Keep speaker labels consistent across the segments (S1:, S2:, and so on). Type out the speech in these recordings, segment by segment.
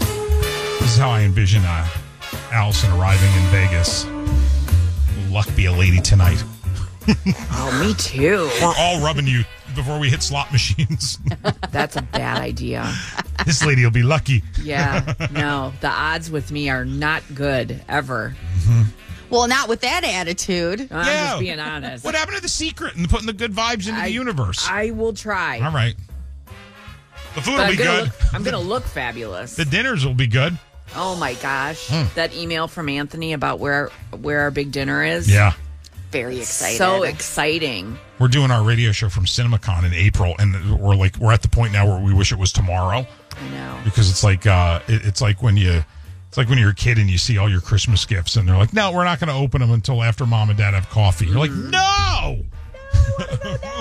S1: This is how I envision uh, Allison arriving in Vegas. Luck be a lady tonight.
S2: Oh, me too.
S1: We're all rubbing you before we hit slot machines.
S2: That's a bad idea.
S1: this lady will be lucky.
S2: Yeah. No, the odds with me are not good ever.
S3: Well, not with that attitude.
S2: I'm
S1: Yeah.
S2: just being honest.
S1: What happened to the secret and putting the good vibes into
S2: I-
S1: the universe?
S2: I will try.
S1: all right. The
S2: But
S1: food will
S2: I'm
S1: be
S2: gonna
S1: good.
S2: Look, I'm gonna look fabulous.
S1: The Hmm. dinners will be good.
S2: oh my gosh! That email from Anthony about where where our big dinner is.
S1: Yeah.
S3: Very excited.
S2: So exciting.
S1: We're doing our radio show from CinemaCon in April, and we're like we're at the point now where we wish it was tomorrow
S2: I know.
S1: because it's like uh, it, it's like when you it's like when you're a kid and you see all your Christmas gifts, and they're like, "No, we're not going to open them until after mom and dad have coffee." You're like, "No, I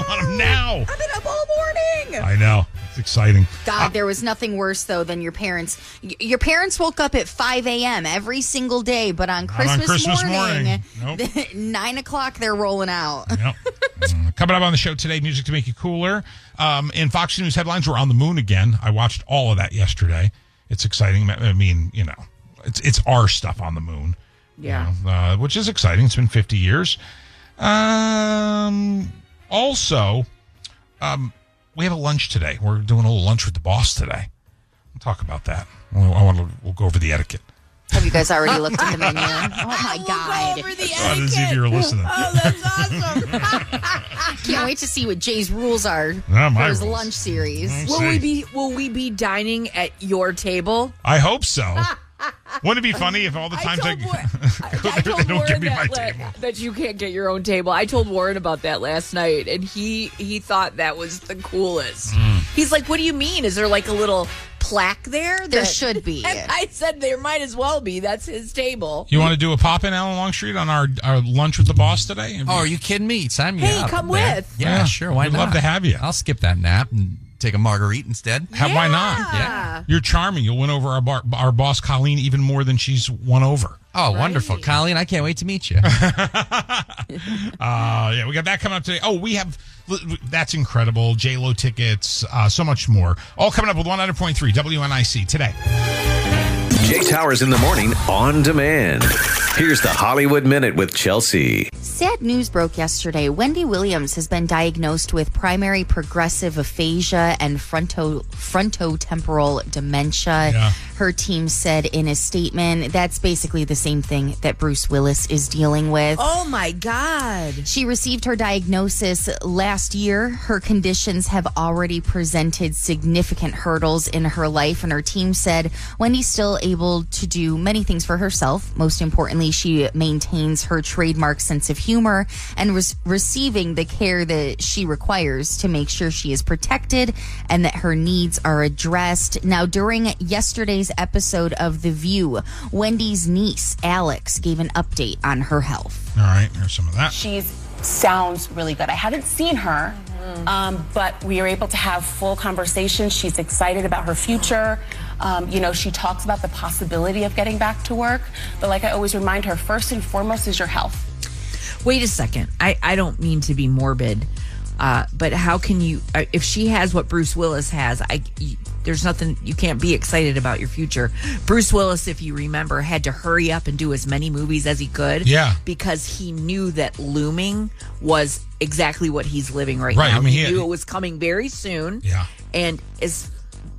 S1: want them now."
S3: I've been up all morning.
S1: I know it's exciting.
S3: God, there was nothing worse though than your parents. Y- Your parents woke up at 5 a.m. every single day, but on
S1: Not
S3: Christmas,
S1: on Christmas
S3: morning,
S1: morning. Nope.
S3: nine o'clock, they're rolling out.
S1: Yep. Mm. Coming up on the show today, music to make you cooler. Um, in Fox News headlines, we're on the moon again. I watched all of that yesterday. It's exciting. I mean, you know, it's it's our stuff on the moon. you
S2: Yeah.
S1: know, uh, which is exciting. It's been 50 years. Um, also, um, we have a lunch today. We're doing a little lunch with the boss today. We'll talk about that. I want to. We'll go over the etiquette.
S3: Have you guys already looked at the menu? Oh my God.
S1: I wanted to see if you were Oh, listening.
S3: Can't wait to see what Jay's rules are
S1: Not
S3: for
S1: Ah, my
S3: his
S1: rules.
S3: lunch series.
S2: Will
S1: See.
S2: we be Will we be dining at your table?
S1: I hope so. Wouldn't it be funny if all the times I, go there, they don't give me my
S2: that, la-
S1: table?
S2: that you can't get your own table. I told Warren about that last night, and he he thought that was the coolest.
S1: Hmm.
S2: He's like, "What do you mean? Is there like a little plaque there?
S3: There
S2: that-"
S3: should be.
S2: And I said there might as well be. That's his table.
S1: You want to do a pop in Allen Longstreet on our, our lunch with the boss today?
S4: Oh, are you kidding me? Sign me
S2: Hey,
S4: up.
S2: come with.
S4: Yeah,
S1: Yeah.
S4: sure. Why
S1: We'd
S4: not?
S1: love to have you.
S4: I'll skip that nap and take a margarita instead.
S1: Have, Why not?
S4: Yeah.
S1: You're charming. You'll win over our bar, our boss Colleen even more than she's won over.
S4: Oh, wonderful, Colleen! I can't wait to meet you.
S1: Uh, yeah, we got that coming up today. Oh, we have that's incredible. J Lo tickets, uh, so much more. All coming up with one hundred point three WNIC today.
S5: Jay Towers in the morning on demand. Here's the Hollywood Minute with Chelsea.
S3: Sad news broke yesterday. Wendy Williams has been diagnosed with primary progressive aphasia and fronto frontotemporal dementia.
S1: Yeah.
S3: Her team said in a statement that's basically the same thing that Bruce Willis is dealing with.
S2: Oh my god!
S3: She received her diagnosis last year. Her conditions have already presented significant hurdles in her life, and her team said Wendy's still able to do many things for herself. Most importantly, she maintains her trademark sense of humor and was receiving the care that she requires to make sure she is protected and that her needs are addressed. Now, during yesterday's episode of The View, Wendy's niece, Alex, gave an update on her health.
S1: All right, here's some of that.
S6: She sounds really good. I haven't seen her, um, but we are able to have full conversations. She's excited about her future. Um, you know, she talks about the possibility of getting back to work. But like I always remind her, first and foremost is your health.
S2: Wait a second. I I don't mean to be morbid, uh, but how can you? uh, If she has what Bruce Willis has, I you- there's nothing you can't be excited about your future. Bruce Willis, if you remember, had to hurry up and do as many movies as he could.
S1: Yeah.
S2: because he knew that looming was exactly what he's living right,
S1: Right,
S2: now.
S1: I mean,
S2: he,
S1: he-
S2: knew it was coming very soon.
S1: Yeah.
S2: and is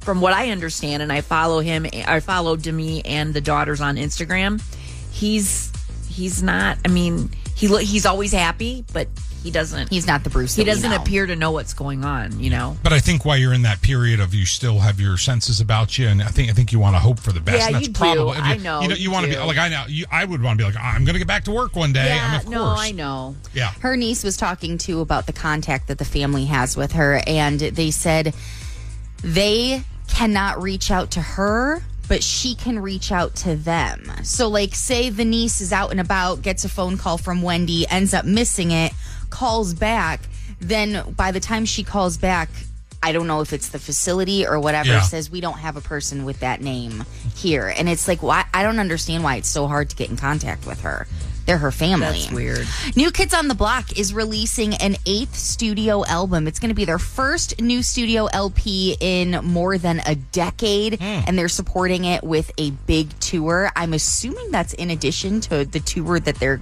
S2: from what I understand, and I follow him. I follow Demi and the daughters on Instagram. He's he's not. I mean, He lo- he's always happy, but he doesn't.
S3: He's not the Bruce.
S2: He
S3: that we
S2: doesn't
S3: know.
S2: appear to know what's going on. You know.
S1: But I think while you're in that period of you still have your senses about you, and I think I think you want to hope for the best.
S2: Yeah,
S1: and that's
S2: you do.
S1: probably,
S2: I know,
S1: You,
S2: you
S1: you want to be
S2: do.
S1: like I know. You, I would want to be like I'm going to get back to work one day.
S2: yeah.
S1: I'm, of
S2: no,
S1: course.
S2: I know.
S1: Yeah.
S3: her niece was talking to about the contact that the family has with her and they said they cannot reach out to her but she can reach out to them so like say the niece is out and about gets a phone call from wendy ends up missing it calls back then by the time she calls back I don't know if it's the facility or whatever
S1: Yeah.
S3: says we don't have a person with that name here. And it's like, why? I don't understand why it's so hard to get in contact with her. They're her family.
S2: That's weird.
S3: New Kids on the Block is releasing an eighth studio album. It's going to be their first new studio LP in more than a decade,
S1: Hmm.
S3: and they're supporting it with a big tour. I'm assuming that's in addition to the tour that they're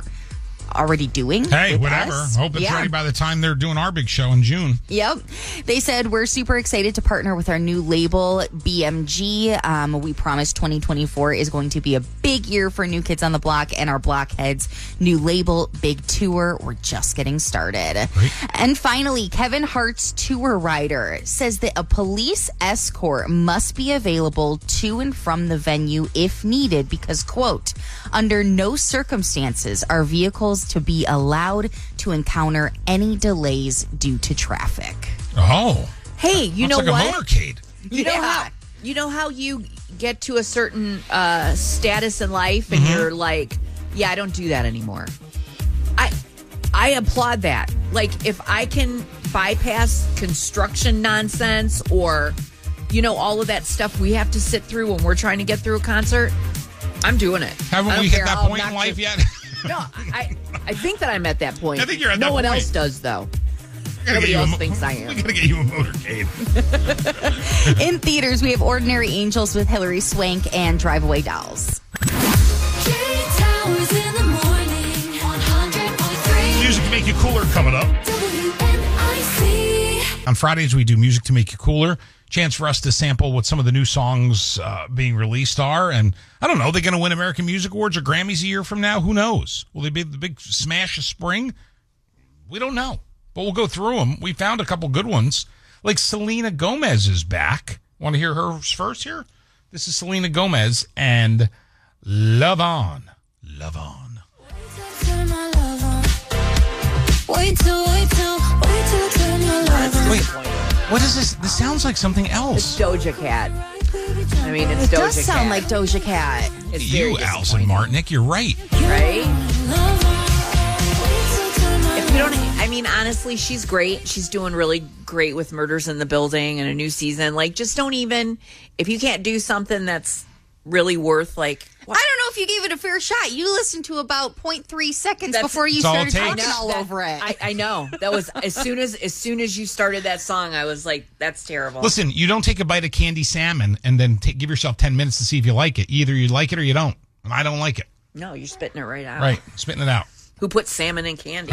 S3: already doing.
S1: Hey,
S3: with
S1: whatever.
S3: us.
S1: Hope it's
S3: Yeah.
S1: ready by the time they're doing our big show in June.
S3: Yep. They said we're super excited to partner with our new label, BMG. Um, we promise 2024 is going to be a big year for New Kids on the Block and our Blockheads new label, Big Tour. We're just getting started. And finally, Kevin Hart's tour rider says that a police escort must be available to and from the venue if needed because, quote, under no circumstances are vehicles to be allowed to encounter any delays due to traffic.
S1: Oh,
S2: Hey, you know
S1: it's like
S2: what?
S1: a motorcade.
S2: You know how you know how you get to a certain uh, status in life,
S1: Mm-hmm.
S2: and you're like, "Yeah, I don't do that anymore." I I applaud that. Like, if I can bypass construction nonsense or you know all of that stuff we have to sit through when we're trying to get through a concert, I'm doing it. I
S1: Haven't
S2: don't
S1: we hit
S2: care
S1: that
S2: how
S1: point in life
S2: obnoxious-
S1: yet?
S2: No, I I think that I'm at that point.
S1: I think you're at
S2: no
S1: that
S2: one
S1: point.
S2: else does though.
S1: We're gonna
S2: Nobody
S1: get you a
S2: else
S1: mo-
S2: thinks I am.
S1: We're going to get you a motorcade.
S3: In theaters, we have Ordinary Angels with Hilary Swank and Driveaway Dolls.
S7: Jay Towers in the morning on 100.3
S1: Music to make you cooler coming up.
S7: WNIC.
S1: On Fridays, we do music to make you cooler. Chance for us to sample what some of the new songs uh, being released are. And I don't know, they're going to win American Music Awards or Grammys a year from now. Who knows? Will they be the big smash of spring? We don't know, but we'll go through them. We found a couple good ones. Like Selena Gomez is back. Want to hear hers first here? This is Selena Gomez and Love On. Love On.
S7: Turn my love on. Wait till, wait till, wait till I turn my love on.
S1: Wait, what is this? This sounds like something else.
S2: Doja Cat. I mean, it's
S3: It
S2: Doja
S3: does sound
S2: Cat.
S3: like Doja Cat.
S2: It's very
S1: You, Allison Martinick, you're right.
S2: right?
S7: Love on. Wait till turn my
S2: If we don't, I mean, honestly, she's great. She's doing really great with Murders in the Building and a new season. Like, just don't even, if you can't do something that's really worth, like,
S3: I don't know if you gave it a fair shot. You listened to about 0.3 seconds
S2: That's-
S3: before you
S1: That's all it
S3: started
S1: takes.
S3: talking all
S2: that-
S3: over it.
S2: I, I know. That was, as soon as, as soon as you started that song, I was like, that's terrible.
S1: Listen, you don't take a bite of candy salmon and then take, give yourself 10 minutes to see if you like it. Either you like it or you don't. And I don't like it.
S2: No, you're spitting it right out.
S1: Right. Spitting it out.
S2: Who put salmon in candy?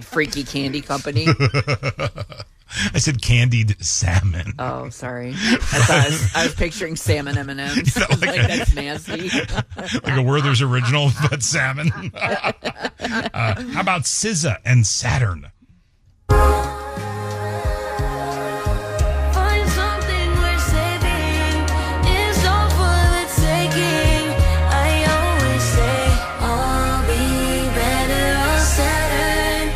S2: Freaky Candy Company.
S1: I said candied salmon.
S2: Oh, sorry. That's I, was, I was picturing salmon M and M's.
S1: know, like-
S2: Like that's nasty.
S1: Like a Werther's original, but salmon. uh, how about SZA and Saturn?
S7: Find something worth saving. It's all for the taking. I always say I'll be better on Saturn.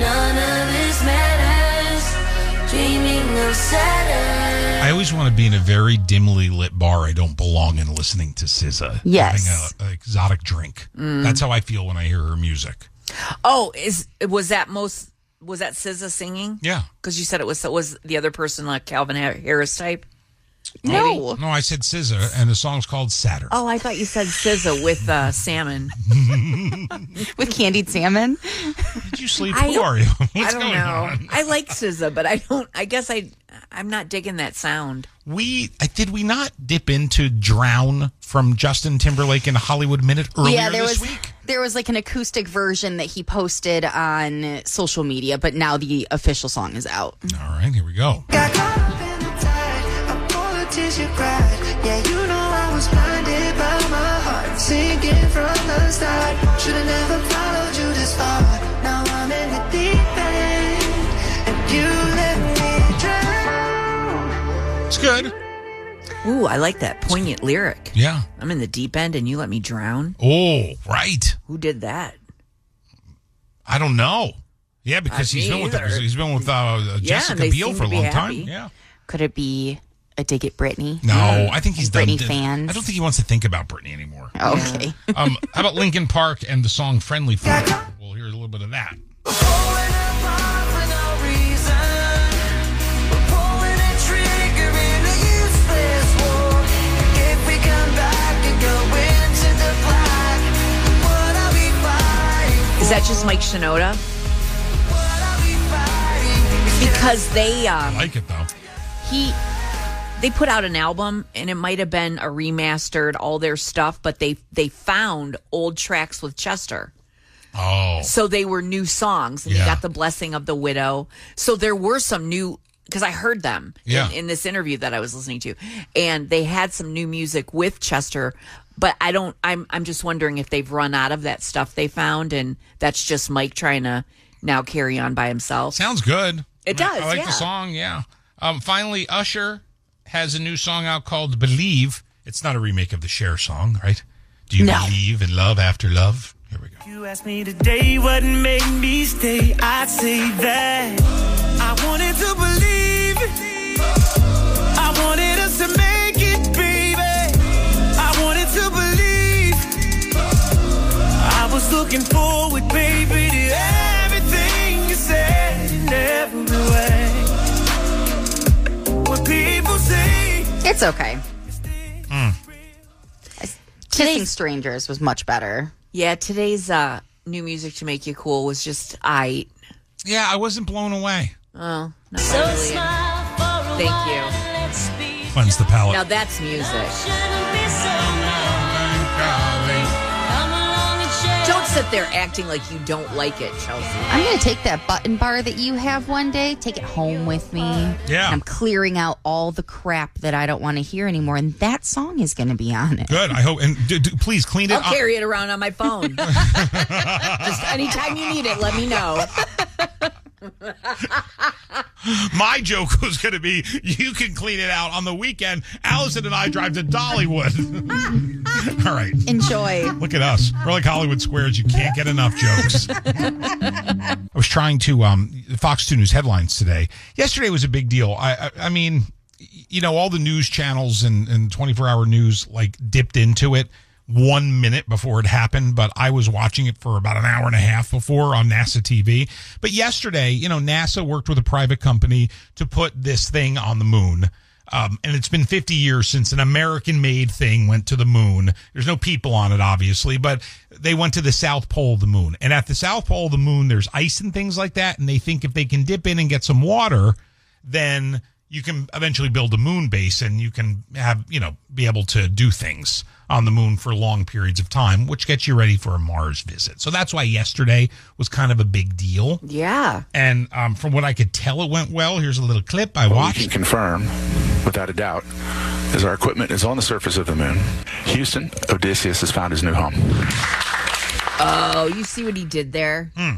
S7: None of this matters. Dreaming of Saturn.
S1: I always want to be in a very dimly lit bar. I don't belong in listening to SZA.
S3: Yes.
S1: Having a- an exotic drink.
S2: Mm.
S1: That's how I feel when I hear her music.
S2: Oh, is was that most? Was that SZA singing?
S1: Yeah.
S2: Because you said it was was the other person like Calvin Ha- Harris type.
S1: No. No, I said SZA, and the song's called Saturn.
S2: Oh, I thought you said SZA with uh, salmon.
S3: With candied salmon?
S1: Did you sleep?
S2: I
S1: Who
S2: don't-
S1: are you? What's
S2: I don't
S1: going
S2: know.
S1: on?
S2: I like SZA, but I don't. I guess I I'm not digging that sound.
S1: we I- did we not dip into drown from justin timberlake in hollywood minute earlier
S3: yeah, there
S1: this
S3: was
S1: week
S3: there was like an acoustic version that he posted on social media, but now the official song is out.
S1: all right here we go
S7: Got caught up in the tide. Apologies, you cried. Yeah, you know I was blinded by my heart. Sinking from the start. Should've never followed you.
S2: Ooh, I like that poignant lyric.
S1: Yeah.
S2: I'm in the deep end and you let me drown.
S1: Oh, right.
S2: Who did that?
S1: I don't know. Yeah, because
S2: me
S1: he's been with
S2: either.
S1: he's been with uh,
S2: Yeah,
S1: Jessica
S2: they
S1: Biel
S2: seem
S1: for a
S2: to be
S1: long
S2: happy.
S1: time. Yeah.
S3: Could it be a dig at Britney?
S1: No, I think he's
S3: Britney
S1: done.
S3: fans. Oh,
S1: I don't think he wants to think about Britney anymore.
S3: Okay.
S1: um, how about Lincoln Park and the song "Friendly Fire"? We'll hear a little bit of that.
S2: Is that just Mike Shinoda? Because they um,
S1: like it though.
S2: he they put out an album and it might have been a remastered all their stuff, but they they found old tracks with Chester.
S1: Oh,
S2: So they were new songs, and
S1: Yeah.
S2: he got the blessing of the widow. So there were some new because I heard them in-
S1: Yeah.
S2: in, this interview that I was listening to, and they had some new music with Chester. But I don't. I'm I'm just wondering if they've run out of that stuff they found, and that's just Mike trying to now carry on by himself.
S1: sounds good.
S2: It
S1: I mean,
S2: does,
S1: I like
S2: yeah.
S1: the song. Yeah. Um, finally, Usher has a new song out called "Believe." It's not a remake of the Cher song, right? Do you believe in love after love? Here we go.
S8: You asked me today what made me stay. I'd say that I wanted to believe it. I wanted us to make it, baby. I wanted to believe. I was looking forward, baby, to everything you said in every way. What people say.
S3: It's okay.
S1: Mm.
S3: Kissing Strangers was much better.
S2: Yeah, today's uh, new music to make you cool was just I.
S1: Yeah, I wasn't blown away.
S2: Oh, not really. Thank you.
S1: Cleanse the palate.
S2: Now that's music. Don't sit there acting like you don't like it, Chelsea.
S3: I'm going to take that button bar that you have one day, take it home with me.
S2: Yeah.
S3: I'm clearing out all the crap that I don't want to hear anymore, and that song is going to be on it.
S1: Good. I hope. And d- d- please clean it.
S2: I'll
S1: up.
S2: carry it around on my phone. Just anytime you need it, let me know.
S1: My joke was going to be you can clean it out on the weekend. Allison and I drive to Dollywood. All right.
S3: Enjoy.
S1: Look at us. We're like Hollywood Squares. You can't get enough jokes. I was trying to um, Fox 2 News headlines today. Yesterday was a big deal. I, I, I mean, y- you know, all the news channels and, and 24 hour news like dipped into it one minute before it happened, but I was watching it for about an hour and a half before on NASA TV. But yesterday, you know, NASA worked with a private company to put this thing on the moon. Um, and it's been 50 years since an American made thing went to the moon. There's no people on it, obviously, but they went to the South Pole of the moon. And at the South Pole of the moon, there's ice and things like that. And they think if they can dip in and get some water, then you can eventually build a moon base and you can have, you know, be able to do things on the moon for long periods of time, which gets you ready for a Mars visit. So that's why yesterday was kind of a big deal.
S2: Yeah.
S1: And um, from what I could tell, it went well. Here's a little clip I
S9: What
S1: watched.
S9: we can confirm, without a doubt, is our equipment is on the surface of the moon. Houston, Odysseus has found his new home.
S2: Oh, you see what he did there?
S1: Hmm.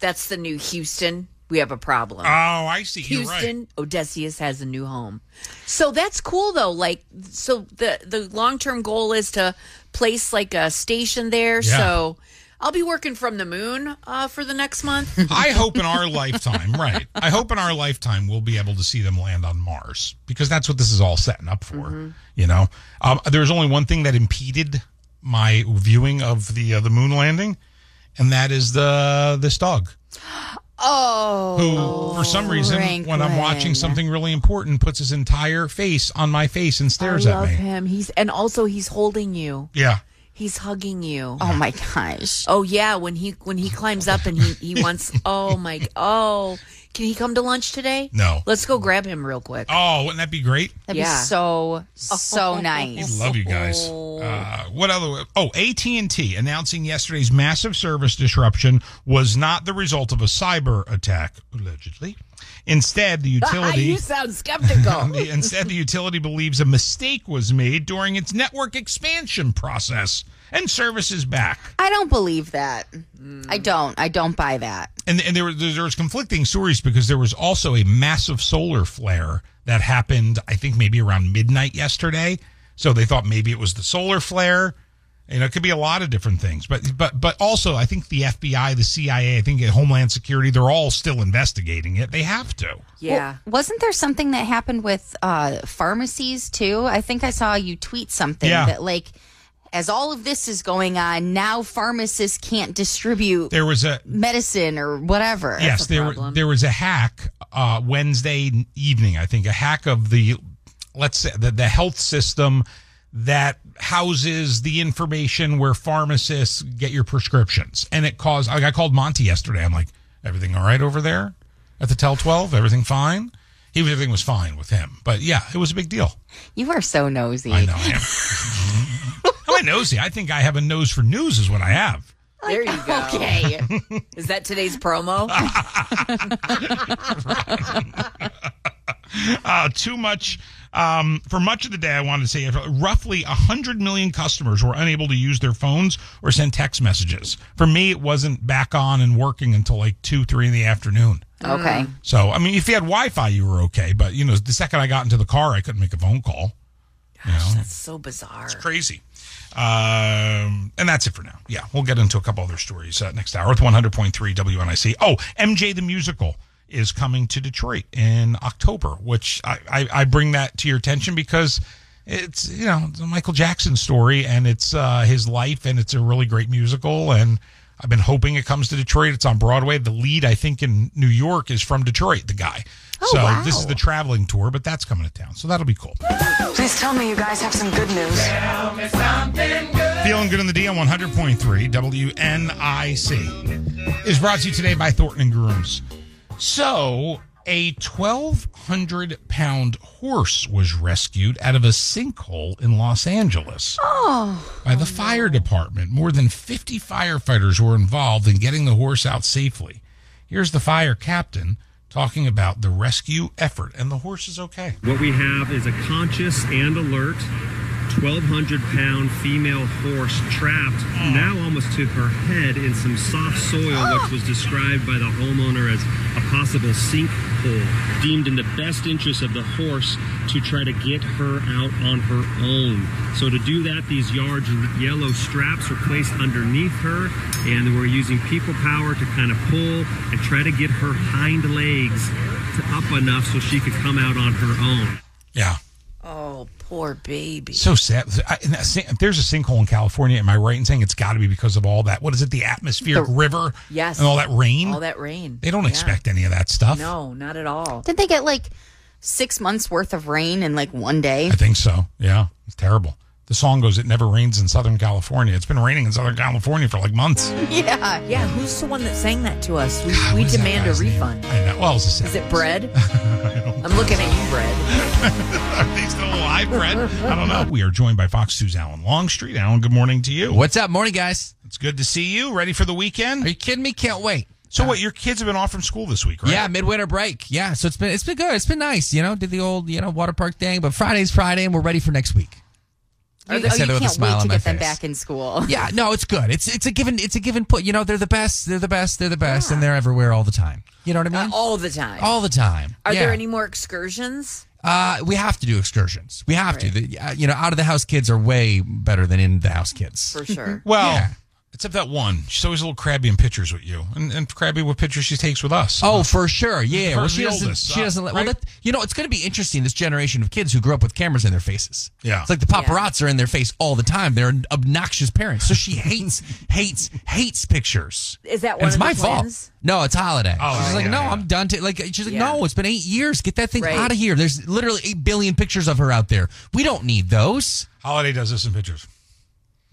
S2: That's the new Houston. We have a problem.
S1: Oh, I see. You're right.
S2: Houston, Odysseus has a new home. So that's cool though. Like so the the long-term goal is to place like a station there.
S1: Yeah.
S2: So I'll be working from the moon uh, for the next month.
S1: I hope in our lifetime, right? I hope in our lifetime we'll be able to see them land on Mars because that's what this is all setting up for.
S3: Mm-hmm.
S1: You know, um, there's only one thing that impeded my viewing of the uh, the moon landing, and that is the this dog
S3: Oh.
S1: who, for some reason, when I'm watching
S3: Franklin.
S1: something really important, puts his entire face on my face and stares at me.
S2: him. He's and also he's holding you.
S1: Yeah.
S2: He's hugging you.
S3: Oh my gosh.
S2: Oh yeah, when he when he climbs up and he he wants oh my oh can he come to lunch today?
S1: No.
S2: Let's go grab him real quick.
S1: Oh, wouldn't that be great?
S3: That'd be so, so nice.
S1: I love you guys. Uh, what other? Oh, AT and T announcing yesterday's massive service disruption was not the result of a cyber attack, allegedly. Instead, the utility.
S2: you sound skeptical.
S1: The- Instead, the utility believes a mistake was made during its network expansion process and service is back.
S3: I don't believe that. I don't. I don't buy that.
S1: And, and there, were, there was conflicting stories because there was also a massive solar flare that happened, I think maybe around midnight yesterday. So they thought maybe it was the solar flare. You know, it could be a lot of different things, but but but also, I think the FBI, the CIA, I think Homeland Security, they're all still investigating it. They have to.
S3: Yeah. wasn't there something that happened with uh, pharmacies too? I think I saw you tweet something
S1: Yeah.
S3: that like, as all of this is going on now, pharmacists can't distribute
S1: There was a
S3: medicine or whatever.
S1: yes, there were, there was a hack uh, Wednesday evening, I think, a hack of the let's say the, the health system that houses the information where pharmacists get your prescriptions, and it caused. Like I called Monty yesterday. I'm like, everything all right over there at the Tel 12? Everything fine? He everything was fine with him, but yeah, it was a big deal.
S3: You are so nosy.
S1: I know I am. I'm nosy. I think I have a nose for news, is what I have.
S2: There you go. Okay. Is that today's promo?
S1: uh, too much. Um, for much of the day, I wanted to say uh, roughly 100 million customers were unable to use their phones or send text messages. For me, it wasn't back on and working until like 2, 3 in the afternoon.
S3: Okay.
S1: So, I mean, if you had Wi Fi, you were okay. But, you know, the second I got into the car, I couldn't make a phone call. You know?
S2: That's so bizarre. It's
S1: crazy. Um, and that's it for now. Yeah, we'll get into a couple other stories uh, next hour with 100.3 WNIC. Oh, MJ the Musical is coming to Detroit in October, which I, I, I bring that to your attention because it's, you know, it's a Michael Jackson story and it's uh, his life and it's a really great musical. And I've been hoping it comes to Detroit. It's on Broadway. The lead, I think, in New York is from Detroit, the guy. so this is the traveling tour, but that's coming to town. So that'll be cool.
S10: Please tell me you guys have some good news. Tell me something good.
S1: Feeling good in the D on 100.3 WNIC is brought to you today by Thornton and Grooms. So, a 1,200 pound horse was rescued out of a sinkhole in Los Angeles
S3: Oh.
S1: by the fire department. More than 50 firefighters were involved in getting the horse out safely. Here's the fire captain talking about the rescue effort, and the horse is okay.
S11: What we have is a conscious and alert 1,200 pound female horse trapped now almost to her head in some soft soil, which was described by the homeowner as a possible sinkhole. Deemed in the best interest of the horse to try to get her out on her own. So, to do that, these yards and yellow straps were placed underneath her, and we're using people power to kind of pull and try to get her hind legs to up enough so she could come out on her own.
S1: Yeah.
S2: Oh, poor baby.
S1: So sad. I, and that sin- if there's a sinkhole in California, am I right in saying it's got to be because of all that? What is it? The atmospheric
S2: The-
S1: river,
S2: Yes.
S1: and all that rain.
S2: All that rain.
S1: They don't
S2: Yeah.
S1: expect any of that stuff.
S2: No, not at all.
S3: Did they get like six months worth of rain in like one day?
S1: I think so. Yeah, it's terrible. The song goes, "It never rains in Southern California." It's been raining in Southern California for like months.
S2: Yeah. Yeah. Who's the one that sang that to us? We, we
S1: is that
S2: demand a
S1: guy's name?
S2: refund.
S1: I know. Well, it's a
S2: Is it bread? I'm looking at you, bread.
S1: Are they still alive, bread? I don't know. We are joined by Fox 2's Alan Longstreet. Alan, good morning to you.
S4: What's up? Morning, guys.
S1: It's good to see you. Ready for the weekend? Are
S4: you kidding me? Can't wait.
S1: So, what? Your kids have been off from school this week, right?
S4: Yeah, midwinter break. Yeah, so it's been it's been good. It's been nice. You know, did the old you know water park thing, but Friday's Friday, and we're ready for next week.
S3: You, oh,
S4: I said
S3: you
S4: it with a
S3: can't
S4: smile
S3: wait to
S4: on my
S3: get them
S4: face.
S3: back in school.
S4: Yeah, no, it's good. It's it's a given. It's a given put. You know, they're the best. They're the best. They're the best, and they're everywhere all the time. You know what I
S3: Uh,
S4: mean?
S2: all the time.
S1: Oh,
S4: all the time.
S2: Are
S4: Yeah.
S2: there any more excursions?
S4: Uh, we have to do excursions. We have to. The, uh, you know, out of the house kids are way better than in the house kids.
S2: For sure.
S1: Well,
S4: Yeah.
S1: except that one. She's always a little crabby in pictures with you, and, and crabby with pictures she takes with us.
S4: Oh, for sure. Yeah.
S1: Her-
S4: Well, she
S1: the
S4: doesn't.
S1: oldest,
S4: she
S1: uh,
S4: doesn't. let
S1: right?
S4: Well, that, you know, it's going to be interesting. This generation of kids who grew up with cameras in their faces.
S1: Yeah.
S4: It's like the paparazzi are in their face all the time. They're obnoxious parents. So she hates, hates, hates pictures.
S2: Is that
S4: And
S2: one
S4: it's
S2: of the
S4: my
S2: twins?
S4: fault. No, it's holiday.
S1: Oh,
S4: she's like,
S1: yeah,
S4: no,
S1: yeah.
S4: I'm done. To, like, she's like,
S1: Yeah.
S4: no, it's been eight years. Get that thing
S1: Right.
S4: out of here. There's literally eight billion pictures of her out there. We don't need those.
S1: Holiday does this in pictures.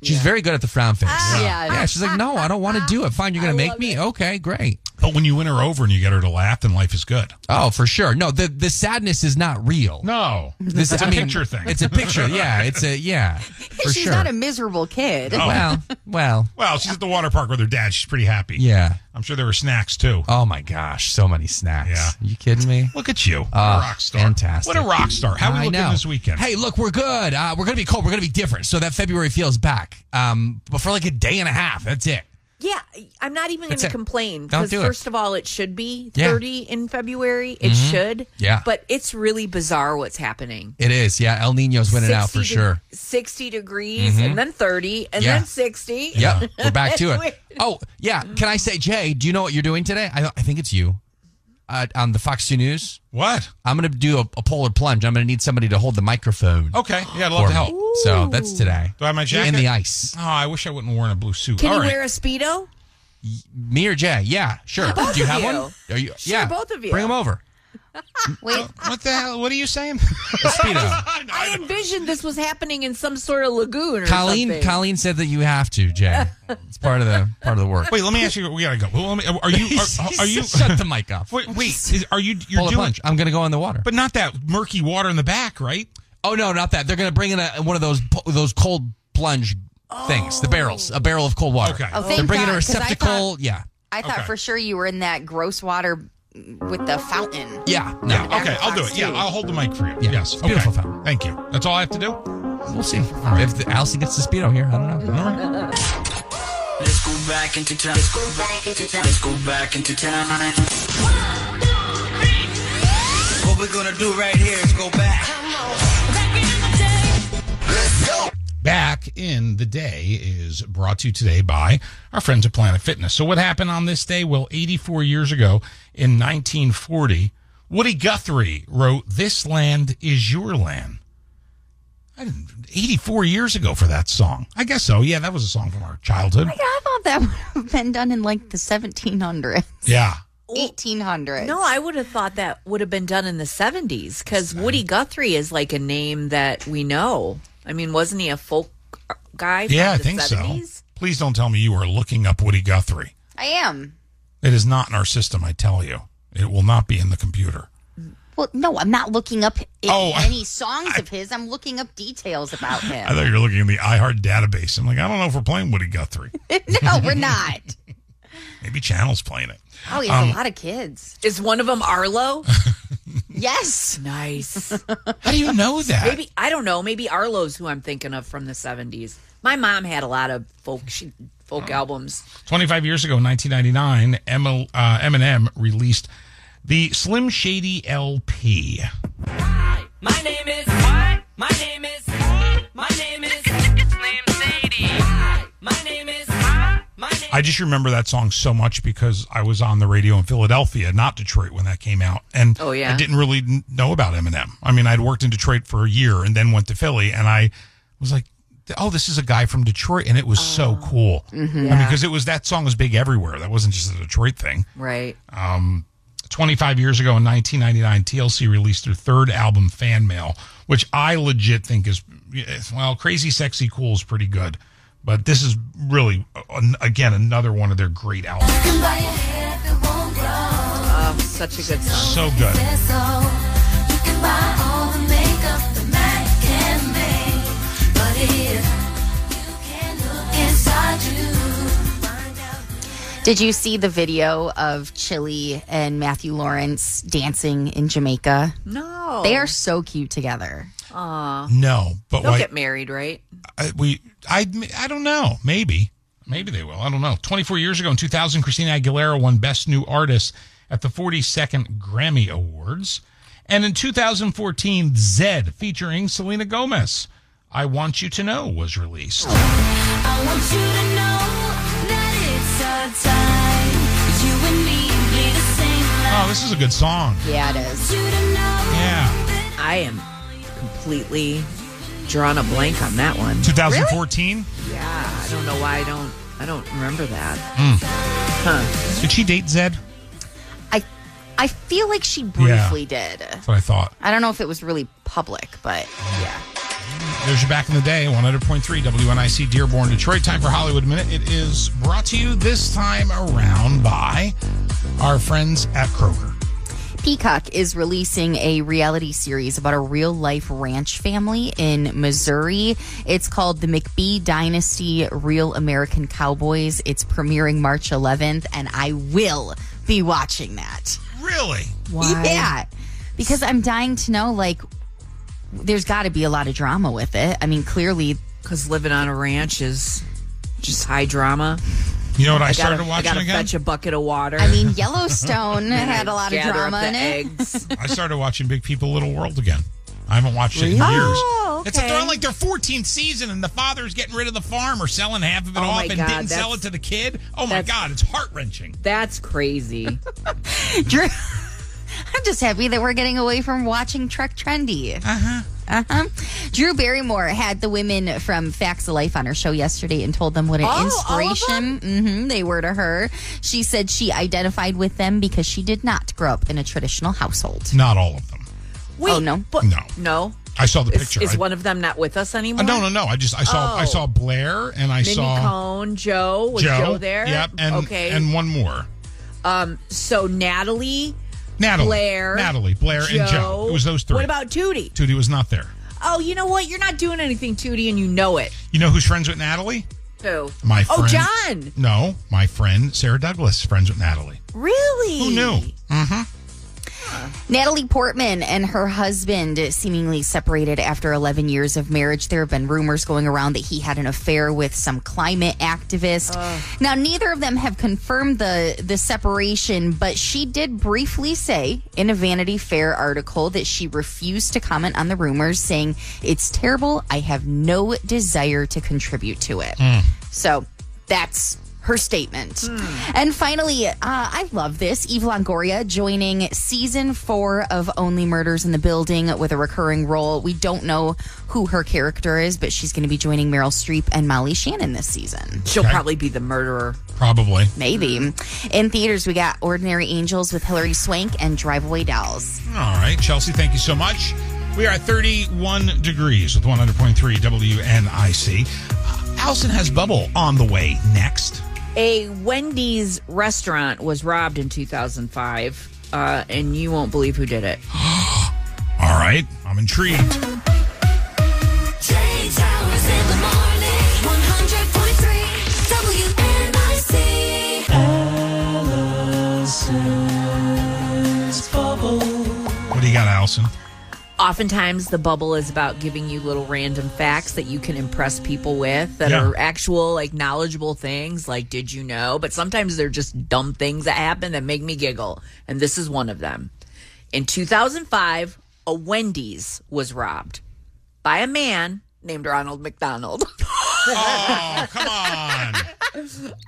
S4: She's very good at the frown face.
S1: Ah,
S4: yeah. She's like, no, I don't want to do it. Fine, you're going to make me. Okay, great.
S1: But when you win her over and you get her to laugh, then life is good.
S4: Oh, for sure. No, the the sadness is not real.
S1: No,
S4: This-
S1: it's a
S4: I mean,
S1: picture thing.
S4: It's a picture. Yeah, it's a yeah. For
S3: She's
S4: sure.
S3: not a miserable kid.
S4: Well, well,
S1: Oh. well. She's at the water park with her dad. She's pretty happy.
S4: Yeah.
S1: I'm sure there were snacks too.
S4: Oh my gosh, so many snacks.
S1: Yeah.
S4: You kidding me?
S1: Look at you,
S4: Oh,
S1: a rock star.
S4: Fantastic.
S1: What a rock star. How are we
S4: I
S1: looking
S4: know.
S1: this weekend?
S4: Hey, look, we're good. Uh, we're gonna be cold. We're gonna be different. So that February feels back. Um, but for like a day and a half. That's it.
S2: Yeah, I'm not even going
S4: That's
S2: to
S4: it.
S2: complain
S4: Don't
S2: because
S4: do it.
S2: first of all, it should be
S4: Yeah.
S2: 30 in February. It
S4: Mhm.
S2: should.
S4: Yeah.
S2: but it's really bizarre what's happening.
S4: It is. Yeah, El Nino's winning out for
S2: 60 de-
S4: sure.
S2: 60 degrees
S4: Mhm.
S2: and then 30 and
S4: Yeah.
S2: then 60.
S4: Yeah, we're back to it. Oh, yeah. Can I say, Jay? Do you know what you're doing today? I, I think it's you. Uh, on the Fox 2 News.
S1: What?
S4: I'm going to do a, a polar plunge. I'm going to need somebody to hold the microphone.
S1: Okay. Yeah, I'd love
S4: for
S1: to help.
S4: me. So that's today.
S1: Do I have my jacket?
S4: In the ice.
S1: Oh, I wish I wouldn't have worn a blue suit.
S2: Can
S1: All
S2: you
S1: right.
S2: wear a Speedo?
S4: Me or Jay? Yeah, sure.
S2: Both
S4: do you
S2: of
S4: have
S2: you.
S4: one? Are you,
S2: Sure,
S4: yeah,
S2: both of you.
S4: Bring them over.
S3: Wait,
S1: what the hell? What are you saying?
S4: A Speedo.
S2: I envisioned this was happening in some sort of lagoon or
S4: Colleen,
S2: something.
S4: Colleen said that you have to, Jay. It's part of the part of the work.
S1: Wait, let me ask you. We gotta go. Well, let me, are you? Are, are you?
S4: Shut the mic off.
S1: Wait, wait. Is, are you? You're
S4: Polar
S1: doing?
S4: plunge. I'm going to go in the water.
S1: But not that murky water in the back, right?
S4: Oh no, not that. They're going to bring in a, one of those po- those cold plunge things, the barrels, a barrel of cold water.
S1: Okay.
S3: Oh,
S4: They're
S3: thank
S4: bringing
S3: God,
S4: a
S3: 'cause I
S4: receptacle.
S3: thought-
S4: yeah.
S3: I thought
S4: Okay.
S3: for sure you were in that gross water with the fountain.
S4: Yeah. No.
S1: Yeah. Okay, I'll do it. Yeah, I'll hold the mic for you. Yes.
S4: It's beautiful
S1: okay.
S4: fountain.
S1: Thank you. That's all I have to do.
S4: We'll see. If the, Allison gets the speedo here, I don't know.
S8: Let's go back into time. Let's go back into time. Let's go back into time. What we're gonna do right here is go back.
S1: Back in the day is brought to you today by our friends at Planet Fitness. So, what happened on this day? Well, 84 years ago in 1940, Woody Guthrie wrote, This Land is Your Land. I didn't, 84 years ago for that song. I guess so. Yeah, that was a song from our childhood.
S3: Yeah, I thought that would have been done in like the 1700s,
S1: Yeah.
S3: 1800s.
S2: No, I would have thought that would have been done in the 70s because Woody Guthrie is like a name that we know. I mean, wasn't he a folk uh, guy? From
S1: Yeah, I
S2: the
S1: think
S2: 70s?
S1: so. Please don't tell me you are looking up Woody Guthrie.
S3: I am.
S1: It is not in our system, I tell you. It will not be in the computer.
S3: Well, no, I'm not looking up i-
S1: Oh, I-
S3: any songs of his. I'm looking up details about
S1: I
S3: him.
S1: thought you were looking in the iHeart database. I'm like, I don't know if we're playing Woody Guthrie.
S3: no, we're not.
S1: Maybe Channel's playing it.
S3: Oh, he has
S1: Um,
S3: a lot of kids.
S2: Is one of them Arlo?
S3: Yes.
S2: nice.
S1: How do you know that?
S2: Maybe I don't know. Maybe Arlo's who I'm thinking of from the 70s. My mom had a lot of folk she, folk
S1: Oh.
S2: albums.
S1: 25 years ago, in 1999, Emil- uh, Eminem released the Slim Shady LP.
S8: My name is what? My name is My name is Slim Sadie. My name is My name
S1: I just remember that song so much because I was on the radio in Philadelphia, not Detroit, when that came out. And
S2: Oh, yeah.
S1: I didn't really n- know about Eminem. I mean, I'd worked in Detroit for a year and then went to Philly, and I was like, "Oh, this is a guy from Detroit," and it was
S2: Oh.
S1: so cool
S2: Mm-hmm.
S1: I mean, because it was that song was big everywhere. That wasn't just a Detroit thing.
S2: Right.
S1: Um, 25 years ago in 1999, TLC released their third album, Fan Mail, which I legit think is, well, Crazy Sexy Cool is pretty good. But this is really, uh, an- again, another one of their great albums.
S2: Oh, such a good song.
S1: So good.
S3: Did you see the video of Chili and Matthew Lawrence dancing in Jamaica?
S2: No.
S3: They are so cute together.
S2: Aw.
S1: No, but
S2: They'll
S1: why-
S2: get married, right?
S1: I, Uh, we, I, I don't know. Maybe, maybe they will. I don't know. 24 years ago in 2000, Christina Aguilera won Best New Artist at the 42nd Grammy Awards. And in 2014, Zed featuring Selena Gomez, I Want You to Know was released. Oh, this is a good song.
S3: Yeah, it is.
S1: Yeah.
S2: I am completely drawn a blank on that one.
S1: 2014?
S2: Yeah, I don't know why I don't. I don't remember that.
S1: Hmm. Did she date Zed?
S3: I I feel like she briefly did.
S1: That's what I thought.
S3: I don't know if it was really public, but yeah.
S1: There's your back in the day, 100.3 WNIC Dearborn, Detroit. Time for Hollywood Minute. It is brought to you this time around by our friends at Kroger.
S3: Peacock is releasing a reality series about a real life ranch family in Missouri. It's called the McBee Dynasty Real American Cowboys. It's premiering March 11th, and I will be watching that.
S1: Really?
S3: Why? Yeah. Because I'm dying to know, like, there's got to be a lot of drama with it. I mean, clearly.
S2: Because living on a ranch is just high drama.
S1: You know what I,
S2: gotta-
S1: started watching
S2: I gotta
S1: again?
S2: fetch a bucket of water.
S3: I mean, Yellowstone
S2: Yeah,
S3: had a lot of
S2: gather
S3: drama
S2: up the
S3: in it.
S2: Eggs.
S1: I started watching Big People Little World again. I haven't watched it in
S2: Really?
S1: years.
S2: Oh,
S1: It's they're on
S2: okay.
S1: like their 14th season, and the father's getting rid of the farm or selling half of it
S2: Oh,
S1: off
S2: my
S1: and
S2: God,
S1: didn't sell
S2: that's-
S1: it to the kid. Oh my
S2: that's-
S1: god, it's heart wrenching.
S2: That's crazy.
S3: Oh, Drew, I'm just happy that we're getting away from watching Trek Trendy. Uh
S2: Uh-huh.
S3: huh. Uh huh. Drew Barrymore had the women from Facts of Life on her show yesterday and told them what an
S2: Oh, all of
S3: inspiration mhm, they were to her. She said she identified with them because she did not grow up in a traditional household.
S1: Not all of them.
S3: oh no,
S2: But
S1: No.
S2: no.
S1: I saw the
S2: Is-
S1: picture.
S2: Is,
S1: I-
S2: one of them not with us
S1: Uh,
S2: anymore?
S1: no, no, no. I just I saw I
S2: Oh.
S1: saw Blair and I
S2: Mindy
S1: saw
S2: Cohn, Joe. Was Joe,
S1: Joe.
S2: there?
S1: Yep, and
S2: okay.
S1: and one more.
S2: um, so Natalie,
S1: Natalie,
S2: Blair,
S1: Natalie, Blair, and Joe. It was those three.
S2: What about Tootie?
S1: Tootie was not there.
S2: Oh, you know what? You're not doing anything, Tootie, and you know it.
S1: You know who's friends with Natalie?
S2: Who?
S1: My friend.
S2: Oh, John.
S1: No, my friend Sarah Douglas, friends with Natalie.
S2: Really?
S1: Who knew? Mm-hmm.
S3: Natalie Portman and her husband seemingly separated after 11 years of marriage. There have been rumors going around that he had an affair with some climate activist. Now, neither of them have confirmed the the separation, but she did briefly say in a Vanity Fair article that she refused to comment on the rumors, saying it's terrible. I have no desire to contribute to it. So that's her statement. And finally, uh, I love this. Eve Longoria joining season four of Only Murders in the Building with a recurring role. We don't know who her character is, but she's going to be joining Meryl Streep and Molly Shannon this season.
S2: She'll probably be the murderer.
S1: Probably.
S3: Maybe. In theaters, we got Ordinary Angels with Hilary Swank and Drive Away Dolls.
S1: All right, Chelsea, thank you so much. We are at 31 degrees with 100.3 WNIC. Uh, Allison has Bubble on the way next.
S2: A Wendy's restaurant was robbed in 2005, uh, and you won't believe who did it.
S1: All right, I'm intrigued.
S7: Jay Towers in the morning, 100.3 WNIC.
S1: What do you got, Allison?
S2: Oftentimes, the bubble is about giving you little random facts that you can impress people with that
S1: Yeah.
S2: are actual, like, knowledgeable things, like, did you know? But sometimes they're just dumb things that happen that make me giggle. And this is one of them. In 2005, a Wendy's was robbed by a man named Ronald McDonald.
S1: Oh, come on.